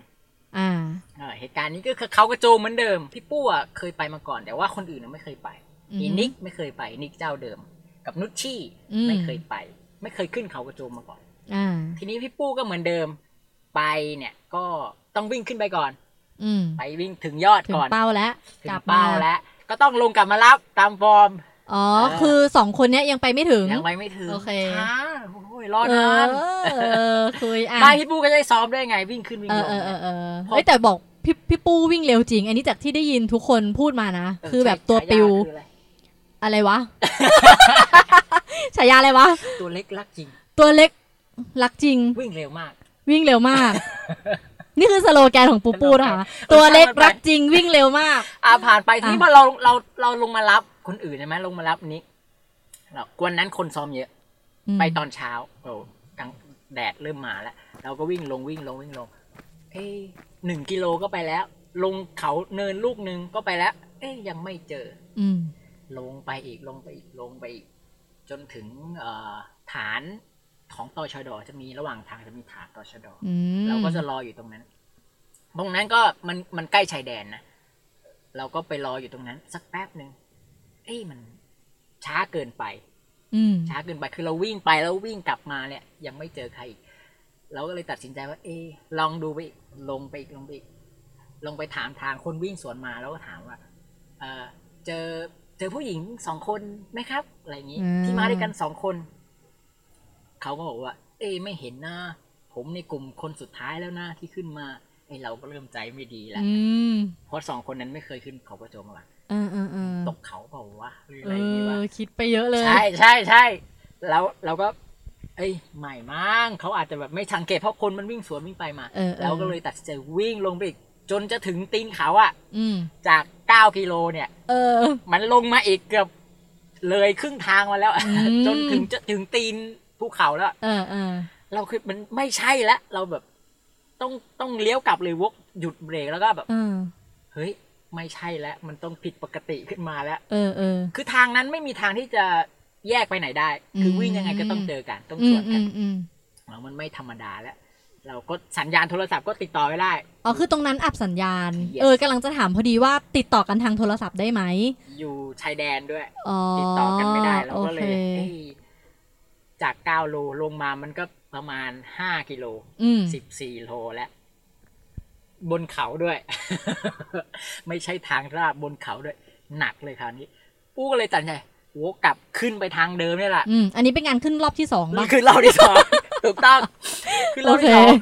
Speaker 1: อ่า
Speaker 2: เอ่อเหตุการณ์นี้ก็คือเขากระโจมเหมือนเดิม พี่ปู่อ่ะเคยไปมาก่อน แต่ว่าคนอื่นน่ะไม่เคยไป
Speaker 1: อืม
Speaker 2: อีนิกไม่เคยไปนิกเจ้าเดิม กับนุชชี่
Speaker 1: อืม
Speaker 2: ไม่เคยไป ไม่เคยขึ้นเขากระโจมมาก่อน
Speaker 1: อ่า
Speaker 2: ทีนี้พี่ปู่ก็เหมือนเดิม ไปเนี่ยก็ต้องวิ่งขึ้นไปก่อน
Speaker 1: อืม
Speaker 2: ไปวิ่งถึงยอด
Speaker 1: ถึง
Speaker 2: ก่อน
Speaker 1: เป้าแล้ว
Speaker 2: ถึ
Speaker 1: ก
Speaker 2: ง
Speaker 1: ลับม
Speaker 2: เป้าแล้วก็ต้องลงกลับมารับตามฟอร์ม
Speaker 1: อ๋อ
Speaker 2: เออ
Speaker 1: คือสองคนเนี้ยยังไปไม่ถึง
Speaker 2: ยังไปไม่ถึง
Speaker 1: โอเค
Speaker 2: ช้าโอ้ยรอ
Speaker 1: เอ
Speaker 2: ดนา
Speaker 1: อน เออคุยอ่ะ
Speaker 2: ไม่พี่ปู่ก็จะได้ซ้อมได้ไงวิ่งขึ้นวิ่ง
Speaker 1: เอ
Speaker 2: ล
Speaker 1: อง เออเออเออ
Speaker 2: เพราะ
Speaker 1: เฮ้ยแต่บอกพี่พี่ปูวิ่งเร็วจริง อันนี้จากที่ได้ยินทุกคนพูดมานะ
Speaker 2: เ
Speaker 1: คือแบบ
Speaker 2: ใช่
Speaker 1: ตัว
Speaker 2: ฉายา
Speaker 1: ปิว
Speaker 2: คืออะไร
Speaker 1: อะไรวะ ฉายาอะไรวะ
Speaker 2: ตัวเล็กรักจริง
Speaker 1: ตัวเล็กรักจริง
Speaker 2: วิ่งเร็วมาก
Speaker 1: วิ่งเร็วมาก นี่คือสโลแกนของปูปูนะคะตัวเล็กรักจริงวิ่งเร็วมาก
Speaker 2: อ่าผ่านไปทีนี้
Speaker 1: อ่ะ
Speaker 2: พอเราเราเราลงมารับคนอื่นใช่ไหมลงมารับนิกเราวันนั้นคนซ้อมเยอะ
Speaker 1: ม
Speaker 2: ไปตอนเช้าโอ้กลางแดดเริ่มมาแล้ว เราก็วิ่งลงวิ่งลงวิ่งลง เอ้ยหนึ่งกิโลก็ไปแล้ว ลงเขาเนินลูกหนึ่งก็ไปแล้ว เอ้ยยังไม่เจอ
Speaker 1: อืม
Speaker 2: ลงไปอีกลงไปอีกลงไปอีก จนถึงเอ่อฐานของตชดจะมีระหว่างทางจะมีฐานตชด
Speaker 1: อืม
Speaker 2: เราก็จะรออยู่ตรงนั้น ตรงนั้นก็มันมันใกล้ชายแดนนะ เราก็ไปรออยู่ตรงนั้น สักแป๊บหนึ่งเอ้ยมันช้าเกินไป
Speaker 1: อืม
Speaker 2: ช้าเกินไปคือเราวิ่งไปแล้ววิ่งกลับมาเนี่ย ยังไม่เจอใครอีกเราก็เลยตัดสินใจว่า เอะลองดูไปอีกลงไปอีกลงไปอีกลงไปถามทางคนวิ่งสวนมาแล้วก็ถามว่าเออเจอเจอผู้หญิงสองคนไหมครับ อะไรอย่างนี้ที่มาด้วยกันสองคน เขาก็บอกว่า เอะไม่เห็นนะผมในกลุ่มคนสุดท้ายแล้วนะที่ขึ้นมาไอเราก็เริ่มใจไม่ดีแล้ว
Speaker 1: อืม
Speaker 2: เพราะสองคนนั้นไม่เคยขึ้นเขากระโจมมาก่อน
Speaker 1: เออเออเออ
Speaker 2: ตกเขาเปล่าวะหรือ
Speaker 1: เอ
Speaker 2: อะไรอย่างนี้วะ
Speaker 1: อคิดไปเยอะเลย
Speaker 2: ใช่ใช่ใช่แล้วเราก็ เอ้ยใหม่มั้งเขาอาจจะแบบไม่สังเกตเพราะคนมันวิ่งสวนวิ่งไปมา
Speaker 1: เออออ
Speaker 2: เราก็เลยตัดสินใจวิ่งลงไปอีกจนจะถึงตีนเขาอะ
Speaker 1: อืม
Speaker 2: จาก 9 กิโลเนี่ย
Speaker 1: เออ
Speaker 2: มันลงมาอีกเกือบเลยครึ่งทางมาแล้ว
Speaker 1: อืม
Speaker 2: จนถึงจะถึงตีนภูเขาแล้ว
Speaker 1: เออเออ
Speaker 2: เราคือมันไม่ใช่แล้วเราแบบต้องต้องเลี้ยวกลับเลยวกหยุดเบรกแล้วก็แบบ
Speaker 1: เออ
Speaker 2: เฮ้ยไม่ใช่แล้วมันต้องผิดปกติขึ้นมาแล้ว
Speaker 1: เออเออ
Speaker 2: คือทางนั้นไม่มีทางที่จะแยกไปไหนได้ คือ
Speaker 1: ม
Speaker 2: วิ่งยังไงก็ต้องเจอกัน ต้อง
Speaker 1: อื
Speaker 2: ส
Speaker 1: ม
Speaker 2: วน
Speaker 1: อื
Speaker 2: กัน
Speaker 1: มอืม
Speaker 2: แล้วมันไม่ธรรมดาแล้ว เราก็สัญญาณโทรศัพท์ก็ติดต่อไม่ได้
Speaker 1: อ๋อคือตรงนั้นอับสัญญาณ
Speaker 2: Yes
Speaker 1: เออกำลังจะถามพอดีว่าติดต่อกันทางโทรศัพท์ได้ไหม
Speaker 2: อยู่ชายแดนด้วย
Speaker 1: อ๋อ
Speaker 2: ติดต่อกันไม่ได้เรา
Speaker 1: โอ
Speaker 2: ก็เล
Speaker 1: ค
Speaker 2: ยเอ้ยจากเก้าโลลงมามันก็ประมาณห้ากิโล
Speaker 1: อืม
Speaker 2: สิบสี่โลแล้ว บนเขาด้วย ไม่ใช่ทางราบบนเขาด้วย หนักเลยคราวนี้ปู้ก็เลยตัดสินใจโวกลับขึ้นไปทางเดิมนี่แหละ
Speaker 1: อืมอันนี้เป็นการขึ้นรอบที่สองป่ะ
Speaker 2: คือรอบที่สอง ถูกต้อง คือรอบที่สอง
Speaker 1: โอเค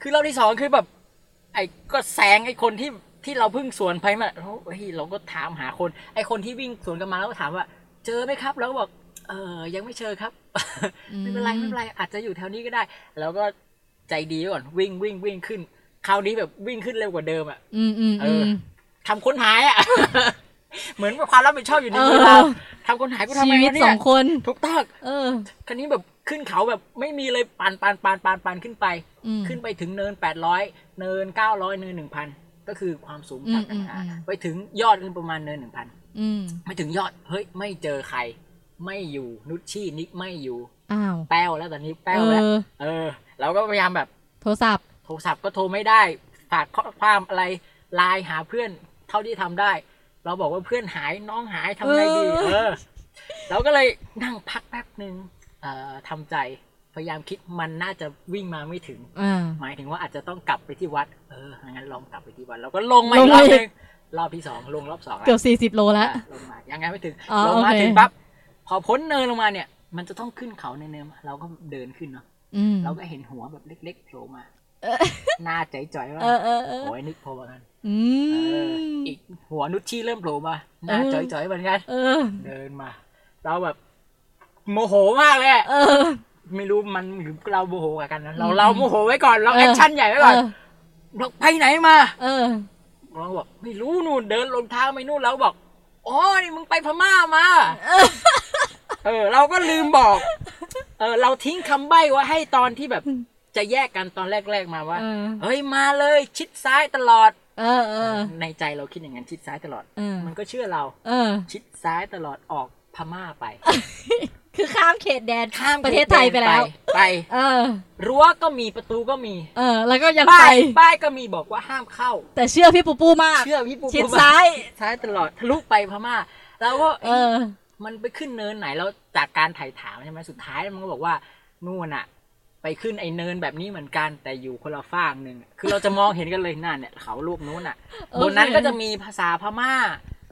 Speaker 2: คือรอบที่สองคือแบบ ไอ้ก็แซงไอ้คนที่ที่เราเพิ่งสวนไปมาโอ้ยเราก็ถามหาคน ไอ้คนที่วิ่งสวนกันมาแล้วก็ถามว่า เจอไหมครับ แล้วก็บอก เออยังไม่เจอครับ ไม่เป็นไรไม่เป็นไรอาจจะอยู่แถวนี้ก็ได้ แล้วก็ใจดีไว้ก่อนวิ่งวิ่งวิ่งขึ้น คราวนี้แบบวิ่งขึ้นเร็วกว่าเดิมอ่ะ
Speaker 1: อืมอืม
Speaker 2: เอ
Speaker 1: อื
Speaker 2: อ
Speaker 1: ม
Speaker 2: ทำคนหายอ่ะ เหมือนความรับผิดชอบอยู่ใน
Speaker 1: เอ
Speaker 2: มือ
Speaker 1: อ
Speaker 2: เราทำคนหายกูทำ
Speaker 1: ชี
Speaker 2: ไม
Speaker 1: วิต
Speaker 2: วะเนี่
Speaker 1: สอย งคน
Speaker 2: ถูกต้อง
Speaker 1: เออ
Speaker 2: คันนี้แบบขึ้นเขาแบบไม่มีเลยปันปันปันปันปันขึ้นไป
Speaker 1: อืม
Speaker 2: ขึ้นไปถึงเนิน 800 เนิน 900 เนิน 1,000 ก็คือความสูงต่างกั
Speaker 1: อื
Speaker 2: น
Speaker 1: ม
Speaker 2: หา
Speaker 1: อืมอืม
Speaker 2: ไปถึงยอดขึ้นประมาณเนิน 1,000
Speaker 1: อืม
Speaker 2: ไม่ถึงยอดเฮ้ย ไม่เจอใคร ไม่อยู่นุชชี่นิกไม่อยู่
Speaker 1: อ้าว
Speaker 2: แป้วแล้วตอนนี้
Speaker 1: เอ
Speaker 2: แป้วแล้ว
Speaker 1: อ
Speaker 2: เออ เราก็พยายามแบบ
Speaker 1: โทรศัพท์
Speaker 2: โทรศัพท์ก็โทรไม่ได้ฝากข้อความอะไรไลน์หาเพื่อนเท่าที่ทำได้ เราบอกว่าเพื่อนหายน้องหายทำไงดี
Speaker 1: เออ
Speaker 2: เออเราก็เลยนั่งพักแป๊บหนึ่งเอ่อทำใจพยายามคิดมันน่าจะวิ่งมาไม่ถึง
Speaker 1: อ่า
Speaker 2: หมายถึงว่าอาจจะต้องกลับไปที่วัด เออ งั้นลองกลับไปที่วัด แล้วก็ลงมาอีกรอ
Speaker 1: ลง
Speaker 2: บห
Speaker 1: มาอี
Speaker 2: นึง
Speaker 1: ก
Speaker 2: รอบที่สองลงรอบสอง
Speaker 1: เกื
Speaker 2: แล้
Speaker 1: อ
Speaker 2: ว
Speaker 1: บสี่สิบ40 โลแล้ว
Speaker 2: อ่ะลงมา ยังไงไม่ถึง
Speaker 1: อ๋อ
Speaker 2: ลงมา
Speaker 1: โอเค
Speaker 2: ถึงปั๊บ พอพ้นเนินลงมาเนี่ย มันจะต้องขึ้นเขาเนินๆเราก็เดินขึ้นเนาะ
Speaker 1: อืม
Speaker 2: เราก็เห็นหัวแบบเล็กๆโผล่มา หน้าใจจ่อยๆว่า
Speaker 1: เออเออเออ
Speaker 2: โอ้ยนึกพอเหมือนกัน
Speaker 1: อื
Speaker 2: เออ
Speaker 1: ม
Speaker 2: อีกหัวนุชชี่เริ่มโผล่มา หน้า
Speaker 1: เออ
Speaker 2: จ่อยๆเหมือนกัน
Speaker 1: เออ
Speaker 2: เดินมา เราแบบ โมโหมากเลยอะ
Speaker 1: เออ
Speaker 2: ไม่รู้มันหรือเราโมโหกับกันนะ เรา
Speaker 1: อืม
Speaker 2: เราโมโหไว้ก่อน เราแอคชั่นใหญ่ไว้ก่อน เราไปไหนมา
Speaker 1: เออ
Speaker 2: เราบอกไม่รู้นู่นเดินลงทางไปนู่นเราบอกอ๋อนี่มึงไปพม่ามา
Speaker 1: เออ
Speaker 2: เออ เราก็ลืมบอก เออ เราทิ้งคำใบ้ไว้ให้ตอนที่แบบจะแยกกันตอนแรก ๆมาว่า
Speaker 1: เออ
Speaker 2: เฮ้ยมาเลยชิดซ้ายตลอด
Speaker 1: เออ เออ
Speaker 2: ในใจเราคิดอย่างนั้นชิดซ้ายตลอด
Speaker 1: เออ
Speaker 2: มันก็เชื่อเรา
Speaker 1: เออ
Speaker 2: ชิดซ้ายตลอดออกพม่าไป
Speaker 1: คือข้ามเขตแดน
Speaker 2: ข้าม
Speaker 1: ประเทศไทยไปแล้ว
Speaker 2: ไป
Speaker 1: เออ
Speaker 2: รั้วก็มีประตูก็มี
Speaker 1: เออ แล้วก็ยังไป
Speaker 2: ป้ายป้ายก็มีบอกว่าห้ามเข้า
Speaker 1: แต่เชื่อพี่ปูปูมาก
Speaker 2: เชื่อพี่ปู
Speaker 1: ชิด
Speaker 2: มก
Speaker 1: ซ้าย
Speaker 2: ชิดซ้ายตลอดทะลุไปพม่าเราก็
Speaker 1: เอ
Speaker 2: เอ๊ะ
Speaker 1: อ
Speaker 2: มันไปขึ้นเนินไหนแล้วจากการถ่ายถามใช่ไหมสุดท้ายมันก็บอกว่านู่นอะไปขึ้นไอเนินแบบนี้เหมือนกันแต่อยู่คนละฟากหนึ่งคือเราจะมองเห็นกันเลยนั่นเนี่ยเขาลูกนู้นอะ
Speaker 1: โอเค
Speaker 2: บนนั้นก็จะมีภาษาพม่า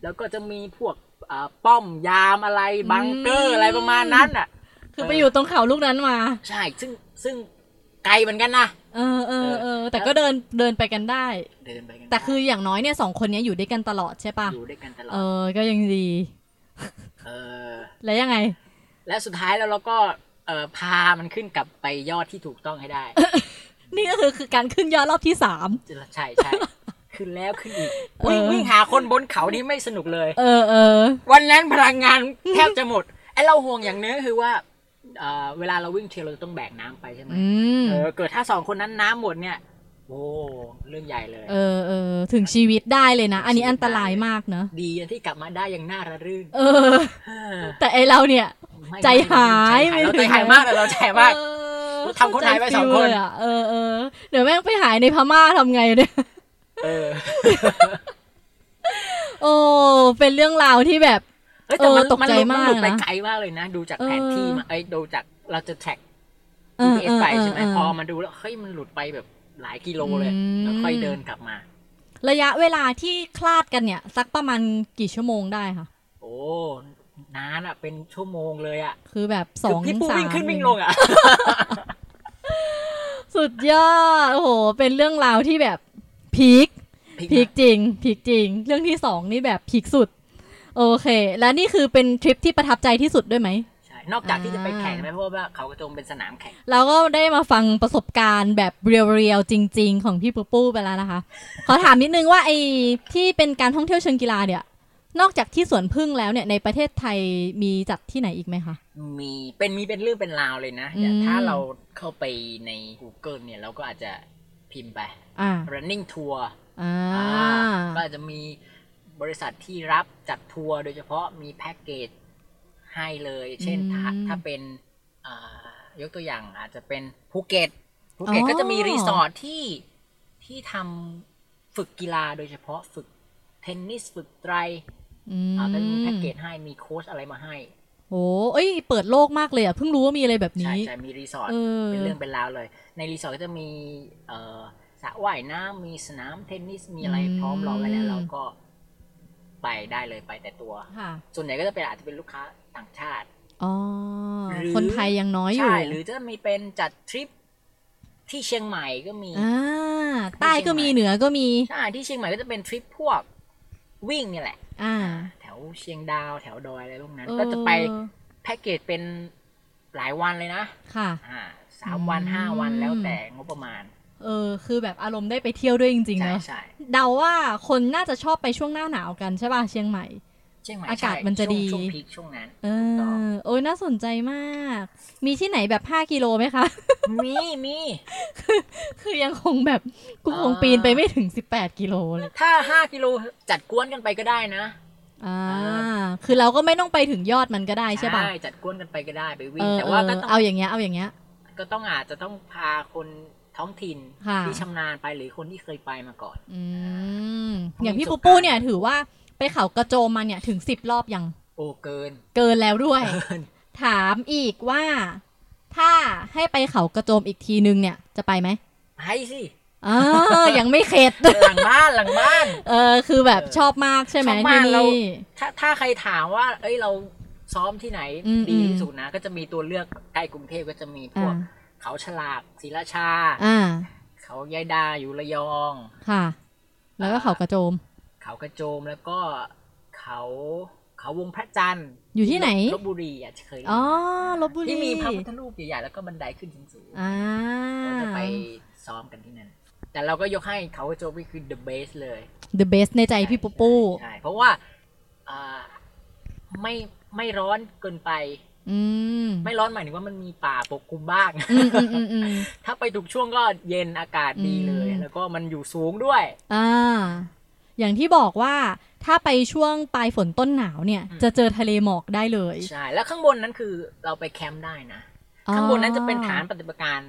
Speaker 2: แล้วก็จะมีพวกเอ่อป้อมยามอะไรบังเก
Speaker 1: อื
Speaker 2: อร์
Speaker 1: ม
Speaker 2: อะไรประมาณนั้นอะ
Speaker 1: คือไปอยู่ตรงเขาลูกนั้นมา
Speaker 2: ใช่ซึ่งซึ่งไกลเหมือนกันนะ
Speaker 1: เออ เออ เออ แต่ก็เดิน เดินไปกันได้
Speaker 2: เดินไปกัน
Speaker 1: แต่คืออย่างน้อยเนี่ยสองคนเนี้ยอยู่ด้วยกันตลอดใช่ป่ะ
Speaker 2: อยู่ด้วยกันตลอ
Speaker 1: เอ
Speaker 2: ด
Speaker 1: อ ก็ยังดี
Speaker 2: เออ
Speaker 1: แล้วยังไง
Speaker 2: และสุดท้ายแล้วเราก็เอ่อพามันขึ้นกลับไปยอดที่ถูกต้องให้ ได้
Speaker 1: นี่ก็คือคือการขึ้นยอดรอบที่สาม
Speaker 2: ใช่ใช่ ขึ้นแล้วขึ้นอีก
Speaker 1: เออ
Speaker 2: วิ่งวิ่งหาคนบนเขานี่ไม่สนุกเลย
Speaker 1: เออ เออ
Speaker 2: วันนั้นพลังงานแทบจะหมดไอเราห่วงอย่างหนึงก็คือว่าเอ่อเวลาเราวิ่งเทรลเราจะต้องแบกน้ำไปใช่ไหม
Speaker 1: อืม
Speaker 2: เออเกิดถ้าสองคนนั้นน้ำหมดเนี่ย โอ้เรื่องใหญ่เลย
Speaker 1: เออเออถึงชีวิตได้เลยนะ อันนี้
Speaker 2: ถึง
Speaker 1: อั
Speaker 2: ชีวิต
Speaker 1: นตรายมากเนอะ
Speaker 2: ดีที่กลับมาได้อย่างน่าระรื่น
Speaker 1: เออ แต่ไอเราเนี่ย
Speaker 2: ไม่
Speaker 1: ใจหาย
Speaker 2: ไม่เรา
Speaker 1: ไม่ถึง
Speaker 2: ใจหายมากแต่เราใจมาก
Speaker 1: เออ
Speaker 2: ทำคนหายไปสองคน
Speaker 1: เข้าใจฟิลเลยอะเออเออเดี๋ยวแม่งไปหายในพม่าทำไงเนี่ย
Speaker 2: เออ
Speaker 1: โอ้ เป็นเรื่องราวที่แบบ
Speaker 2: เฮ้ยแต่มัน
Speaker 1: เออตกใจ
Speaker 2: นหลุดนหลุด
Speaker 1: มาก
Speaker 2: ไป
Speaker 1: นะ
Speaker 2: ไกลมากเลยนะ ดูจากแผนที่มาไอ้ยดูจากเราจะแท็ก
Speaker 1: เออ
Speaker 2: GPS
Speaker 1: เออ
Speaker 2: ไปใช่ไหม
Speaker 1: เออเออ
Speaker 2: พอมาดูแล้วเฮ้ยมันหลุดไปแบบหลายกิโลเลย
Speaker 1: อืม
Speaker 2: แล้วค่อยเดินกลับมา
Speaker 1: ระยะเวลาที่คลาดกันเนี่ย สักประมาณกี่ชั่วโมงได้ค่ะ
Speaker 2: โอ้นานอะเป็นชั่วโมงเลยอะ
Speaker 1: คือแบบสอง
Speaker 2: พี่ปู
Speaker 1: สาม
Speaker 2: วิ่งขึ้นวิ่งลงอะ
Speaker 1: สุดยอด โอ้โห เป็นเรื่องราวที่แบบพีค พีคจริงพีคจริง เรื่องที่สองนี่แบบพีคสุด โอเค และนี่คือเป็นทริปที่ประทับใจที่สุดด้วยไหม
Speaker 2: ใช่ นอกจากที่จะไป
Speaker 1: อ่า
Speaker 2: แข่งไหมเพราะว่าเขากระโจมเป็นสนามแข่ง
Speaker 1: เราก็ได้มาฟังประสบการณ์แบบเรียวๆจริง ๆ ของพี่ปูปูไปแล้วนะคะ ขอถามนิดนึงว่าไอ้ที่เป็นการท่องเที่ยวเชิงกีฬาเนี่ย นอกจากที่สวนพึ่งแล้วเนี่ยในประเทศไทยมีจัดที่ไหนอีกไหมคะ
Speaker 2: มีเป็นมีเป็นเรื่องเป็นราวเลยนะ
Speaker 1: อืม
Speaker 2: แต่ถ้าเราเข้าไปใน Google เนี่ยเราก็อาจจะพิมพ์ไป
Speaker 1: อ่า
Speaker 2: running tour
Speaker 1: อ่า
Speaker 2: อ่าก็อาจจะมีบริษัทที่รับจัดทัวร์โดยเฉพาะมีแพ็กเกจให้เลย เช่นถ้า
Speaker 1: อืม
Speaker 2: ถ้าเป็นอ่ายกตัวอย่างอาจจะเป็นภูเก็ตภูเก็ต
Speaker 1: อ๋อ
Speaker 2: ก็จะมีรีสอร์ทที่ที่ทำฝึกกีฬาโดยเฉพาะฝึกเทนนิสฝึกไตร
Speaker 1: อืม
Speaker 2: อ่าก็มีแพ็กเกจให้มีโค้ชอะไรมาให้
Speaker 1: โอ้เอ้ยเปิดโลกมากเลยอ่ะเพิ่งรู้ว่ามีอะไรแบบ
Speaker 2: ใช่
Speaker 1: นี้
Speaker 2: ใช่มีรีสอร์ท
Speaker 1: เออ
Speaker 2: เป็นเรื่องเป็นราวเลย ในรีสอร์ทก็จะมีเอ่อสระว่ายน้ำมีสนามเทนนิสมีอะไรพร้อมรอไว้แล้วเราก็ไปได้เลยไปแต่ตัว
Speaker 1: ค่ะ
Speaker 2: ส่วนใหญ่ก็จะเป็นอาจจะเป็นลูกค้าต่างชาติ
Speaker 1: อ๋อ
Speaker 2: หรือ
Speaker 1: คนไทยยังน้อยอยู่
Speaker 2: ใช่ หรือจะมีเป็นจัดทริปที่เชียงใหม่ก็มี
Speaker 1: อ่าใต้ก็มีเหนือก็มี
Speaker 2: ใช่ที่เชียงใหม่ก็จะเป็นทริปพวกวิ่งเนี่ยแหละ
Speaker 1: อ่า
Speaker 2: แถวเชียงดาวแถวดอยอะไรพวกนั้น
Speaker 1: เออ
Speaker 2: ก็จะไปแพ็กเกจเป็นหลายวันเลยนะ
Speaker 1: ค่ะ
Speaker 2: อ่าสามวันห้าวันแล้วแต่งบประมาณ
Speaker 1: เออคือแบบอารมณ์ได้ไปเที่ยวด้วยจริงๆ
Speaker 2: ใช่
Speaker 1: เนอะ
Speaker 2: ใช่
Speaker 1: เดาว่าคนน่าจะชอบไปช่วงหน้าหนาวกันใช่ป่ะเชียงใหม่
Speaker 2: เชียงใหม่
Speaker 1: อากาศ
Speaker 2: ใช่
Speaker 1: มันจะ
Speaker 2: ช่
Speaker 1: ดี
Speaker 2: วงช่วงพีคช่วงนั้น
Speaker 1: เอ
Speaker 2: ถูกต้อง
Speaker 1: อโอ้ยน่าสนใจมาก มีที่ไหนแบบ 5 กิโลไหมคะ
Speaker 2: มีมี
Speaker 1: คือยังคงแบบกูคงปีนไปไม่ถึง 18 กิโลเลย
Speaker 2: ถ้าห้ากิโลจัดกวนกันไปก็ได้นะ
Speaker 1: อ่าคือเราก็ไม่ต้องไปถึงยอดมันก็ได้ใช่ป่ะ
Speaker 2: จัดกวนกันไปก็ได้ไปวิ่
Speaker 1: เอง อ
Speaker 2: แต่
Speaker 1: เออ
Speaker 2: ว่าก็ต้อง
Speaker 1: เอาอย่างเงี้ยเอาอย่างเงี้ย
Speaker 2: ก็ต้องอาจจะต้องพาคนท้องถิ่น
Speaker 1: ค่ะ
Speaker 2: ที่ชำนาญไปหรือคนที่เคยไปมาก่อน
Speaker 1: อืมอย่างพี่
Speaker 2: มีประส
Speaker 1: ปู
Speaker 2: บการณ์
Speaker 1: ปูเนี่ยถือว่าไปเขากระโจมมาเนี่ยถึง 10 รอบยัง
Speaker 2: โอ้เกิน
Speaker 1: เกินแล้วด้วย
Speaker 2: เกิน
Speaker 1: ถามอีกว่า ถ้าให้ไปเขากระโจมอีกทีนึงเนี่ยจะไปไหม
Speaker 2: ให้สิ
Speaker 1: อ่า ยังไม่เข็ด
Speaker 2: หลังบ้านหลังบ้าน
Speaker 1: เออ คือแบบชอบมากใช่ไหม
Speaker 2: ชอบ
Speaker 1: ที่
Speaker 2: มากเรา
Speaker 1: นี่
Speaker 2: ถ้าถ้าใครถามว่า เอ้ยเราซ้อมที่ไหน
Speaker 1: อืม
Speaker 2: ดี
Speaker 1: อืม
Speaker 2: ที่สุดนะ ก็จะมีตัวเลือกใกล้กรุงเทพก็จะมีพว
Speaker 1: อ่าก
Speaker 2: เขาฉลากศิลาชา
Speaker 1: อ่า
Speaker 2: เขายายดาอยู่ระยอง
Speaker 1: ค่ะ แล้วก็เขากระโจม
Speaker 2: เขากระโจมแล้วก็เขาเขาวงพระจันทร์
Speaker 1: อยู่ที่ไหน
Speaker 2: ลบบุรีอ่ะเคยได้ยิน
Speaker 1: อ๋อลบบุรี
Speaker 2: ที่มีพระพุทธรูปใหญ่ๆแล้วก็บันไดขึ้นสูง
Speaker 1: อ่า
Speaker 2: ๆเราจะไปซ้อมกันที่นั่น แต่เราก็ยกให้เขากระโจมนี่คือ the best เลย
Speaker 1: เดอะเบสในใจพี่ปูปู
Speaker 2: ใช่เพราะว่าอ่าไม่ไม่ร้อนเกินไป
Speaker 1: อืม
Speaker 2: ไม่ร้อนหมายถึงว่ามันมีป่าปกคลุมบ้าง
Speaker 1: อืมอืมอืมอืม
Speaker 2: ถ้าไปถูกช่วงก็เย็นอากาศดีเลย
Speaker 1: อืม
Speaker 2: แล้วก็มันอยู่สูงด้วย
Speaker 1: อ่า อย่างที่บอกว่าถ้าไปช่วงปลายฝนต้นหนาวเนี่ย
Speaker 2: อืม
Speaker 1: จะเจอทะเลหมอกได้เลย
Speaker 2: ใช่ แล้วข้างบนนั้นคือเราไปแคมป์ได้นะ ข้างบนนั้นจะเป็นฐานปฏิบัติการ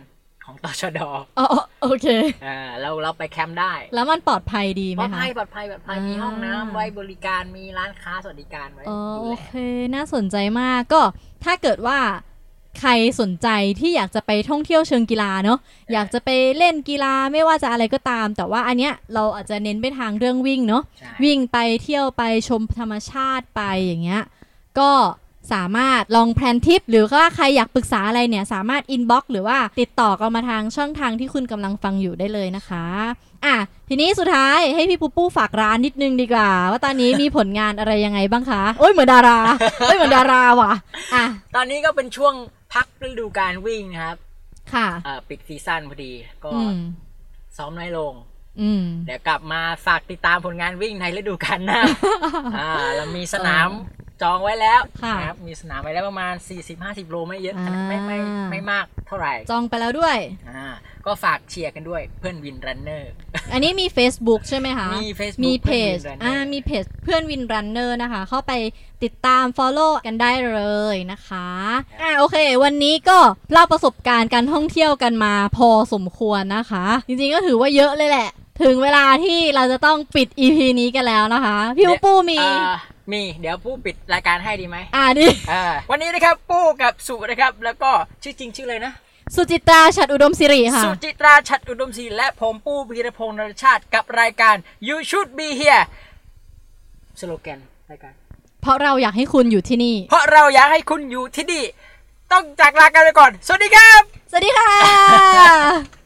Speaker 2: ของตชด
Speaker 1: อ๋ออ๋อโอเค
Speaker 2: เอ่อเราเราไปแคมป์ได้
Speaker 1: แล้วมันปลอดภัยดีไห
Speaker 2: ป
Speaker 1: ม
Speaker 2: ลอด
Speaker 1: คะ
Speaker 2: ภัยปลอดภัยปลอดภัย
Speaker 1: อ่ามี
Speaker 2: มีห้องน้ำไว้บริการมีร้านค้าสวัสดิการไว้
Speaker 1: โอ
Speaker 2: ดู
Speaker 1: โอ
Speaker 2: แล
Speaker 1: เค น่าสนใจมาก ก็ถ้าเกิดว่าใครสนใจที่อยากจะไปท่องเที่ยวเชิงกีฬาเนาะ อยากจะไปเล่นกีฬาไม่ว่าจะอะไรก็ตาม แต่ว่าอันเนี้ยเราอาจจะเน้นไปทางเรื่องวิ่งเนาะ
Speaker 2: ใช่
Speaker 1: วิ่งไปเที่ยวไปชมธรรมชาติไปอย่างเงี้ย ก็สามารถลองแพลนทริป หรือว่าใครอยากปรึกษาอะไรเนี่ย สามารถอินบ็อกหรือว่าติดต่อกันมาทางช่องทางที่คุณกำลังฟังอยู่ได้เลยนะคะ อ่ะ ทีนี้สุดท้ายให้พี่ปูปูฝากร้านนิดนึงดีกว่า ว่าตอนนี้มีผลงานอะไรยังไงบ้างคะ โอ้ยเหมือนดารา โอ้ยเหมือนดาราว่ะ อ่ะ
Speaker 2: ตอนนี้ก็เป็นช่วงพักฤดูการวิ่งนะครับ
Speaker 1: ค่ะ
Speaker 2: เอ่อปิดซีซั่นพอดีก็
Speaker 1: อืม
Speaker 2: ซ้อมน้อยลง
Speaker 1: อืม
Speaker 2: เดี๋ยวกลับมาฝากติดตามผลงานวิ่งในฤดูกาลหน้า อ่าเรามีสนาม จองไว้แล้ว
Speaker 1: ค่ะ
Speaker 2: นะครับ มีสนามไว้แล้วประมาณ 40-50 โลไม่เยอะ
Speaker 1: อ่า
Speaker 2: ไม่ไม่ไม่มากเท่าไหร่
Speaker 1: จองไปแล้วด้วย
Speaker 2: อ่าก็ฝากเชียร์กันด้วยเพื่อนวินรันเนอร์
Speaker 1: อันนี้มี Facebook ใช่ไหมคะ
Speaker 2: มี Facebook
Speaker 1: มีเพจ
Speaker 2: เพื่อนวินรันเนอร์
Speaker 1: อ่ามีเพจเพื่อนวินรันเนอร์นะคะ เข้าไปติดตาม Follow กันได้เลยนะคะอ่าโอเค วันนี้ก็เล่าประสบการณ์การท่องเที่ยวกันมาพอสมควรนะคะ จริงๆก็ถือว่าเยอะเลยแหละ ถึงเวลาที่เราจะต้องปิด EP นี้กันแล้วนะคะ พี่ปูมี
Speaker 2: เอ่อมีเดี๋ยวผู้ปิดรายการให้ดีไหม
Speaker 1: อ่าดิ
Speaker 2: อ่าวันนี้นะครับปู้กับสุนะครับ แล้วก็ชื่อจริงชื่อเลยนะ
Speaker 1: สุจิตราฉัดอุดมสิริค่ะ
Speaker 2: สุจิตราชัดอุดมศรีและผมปู้พีรพงศ์นรชาติกับรายการ You Should Be Here สโลแกนรายการ
Speaker 1: เพราะเราอยากให้คุณอยู่ที่นี่
Speaker 2: เพราะเราอยากให้คุณอยู่ที่นี่ ต้องจากลากันไปก่อน สวัสดีครับ
Speaker 1: สวัสดีค่ะ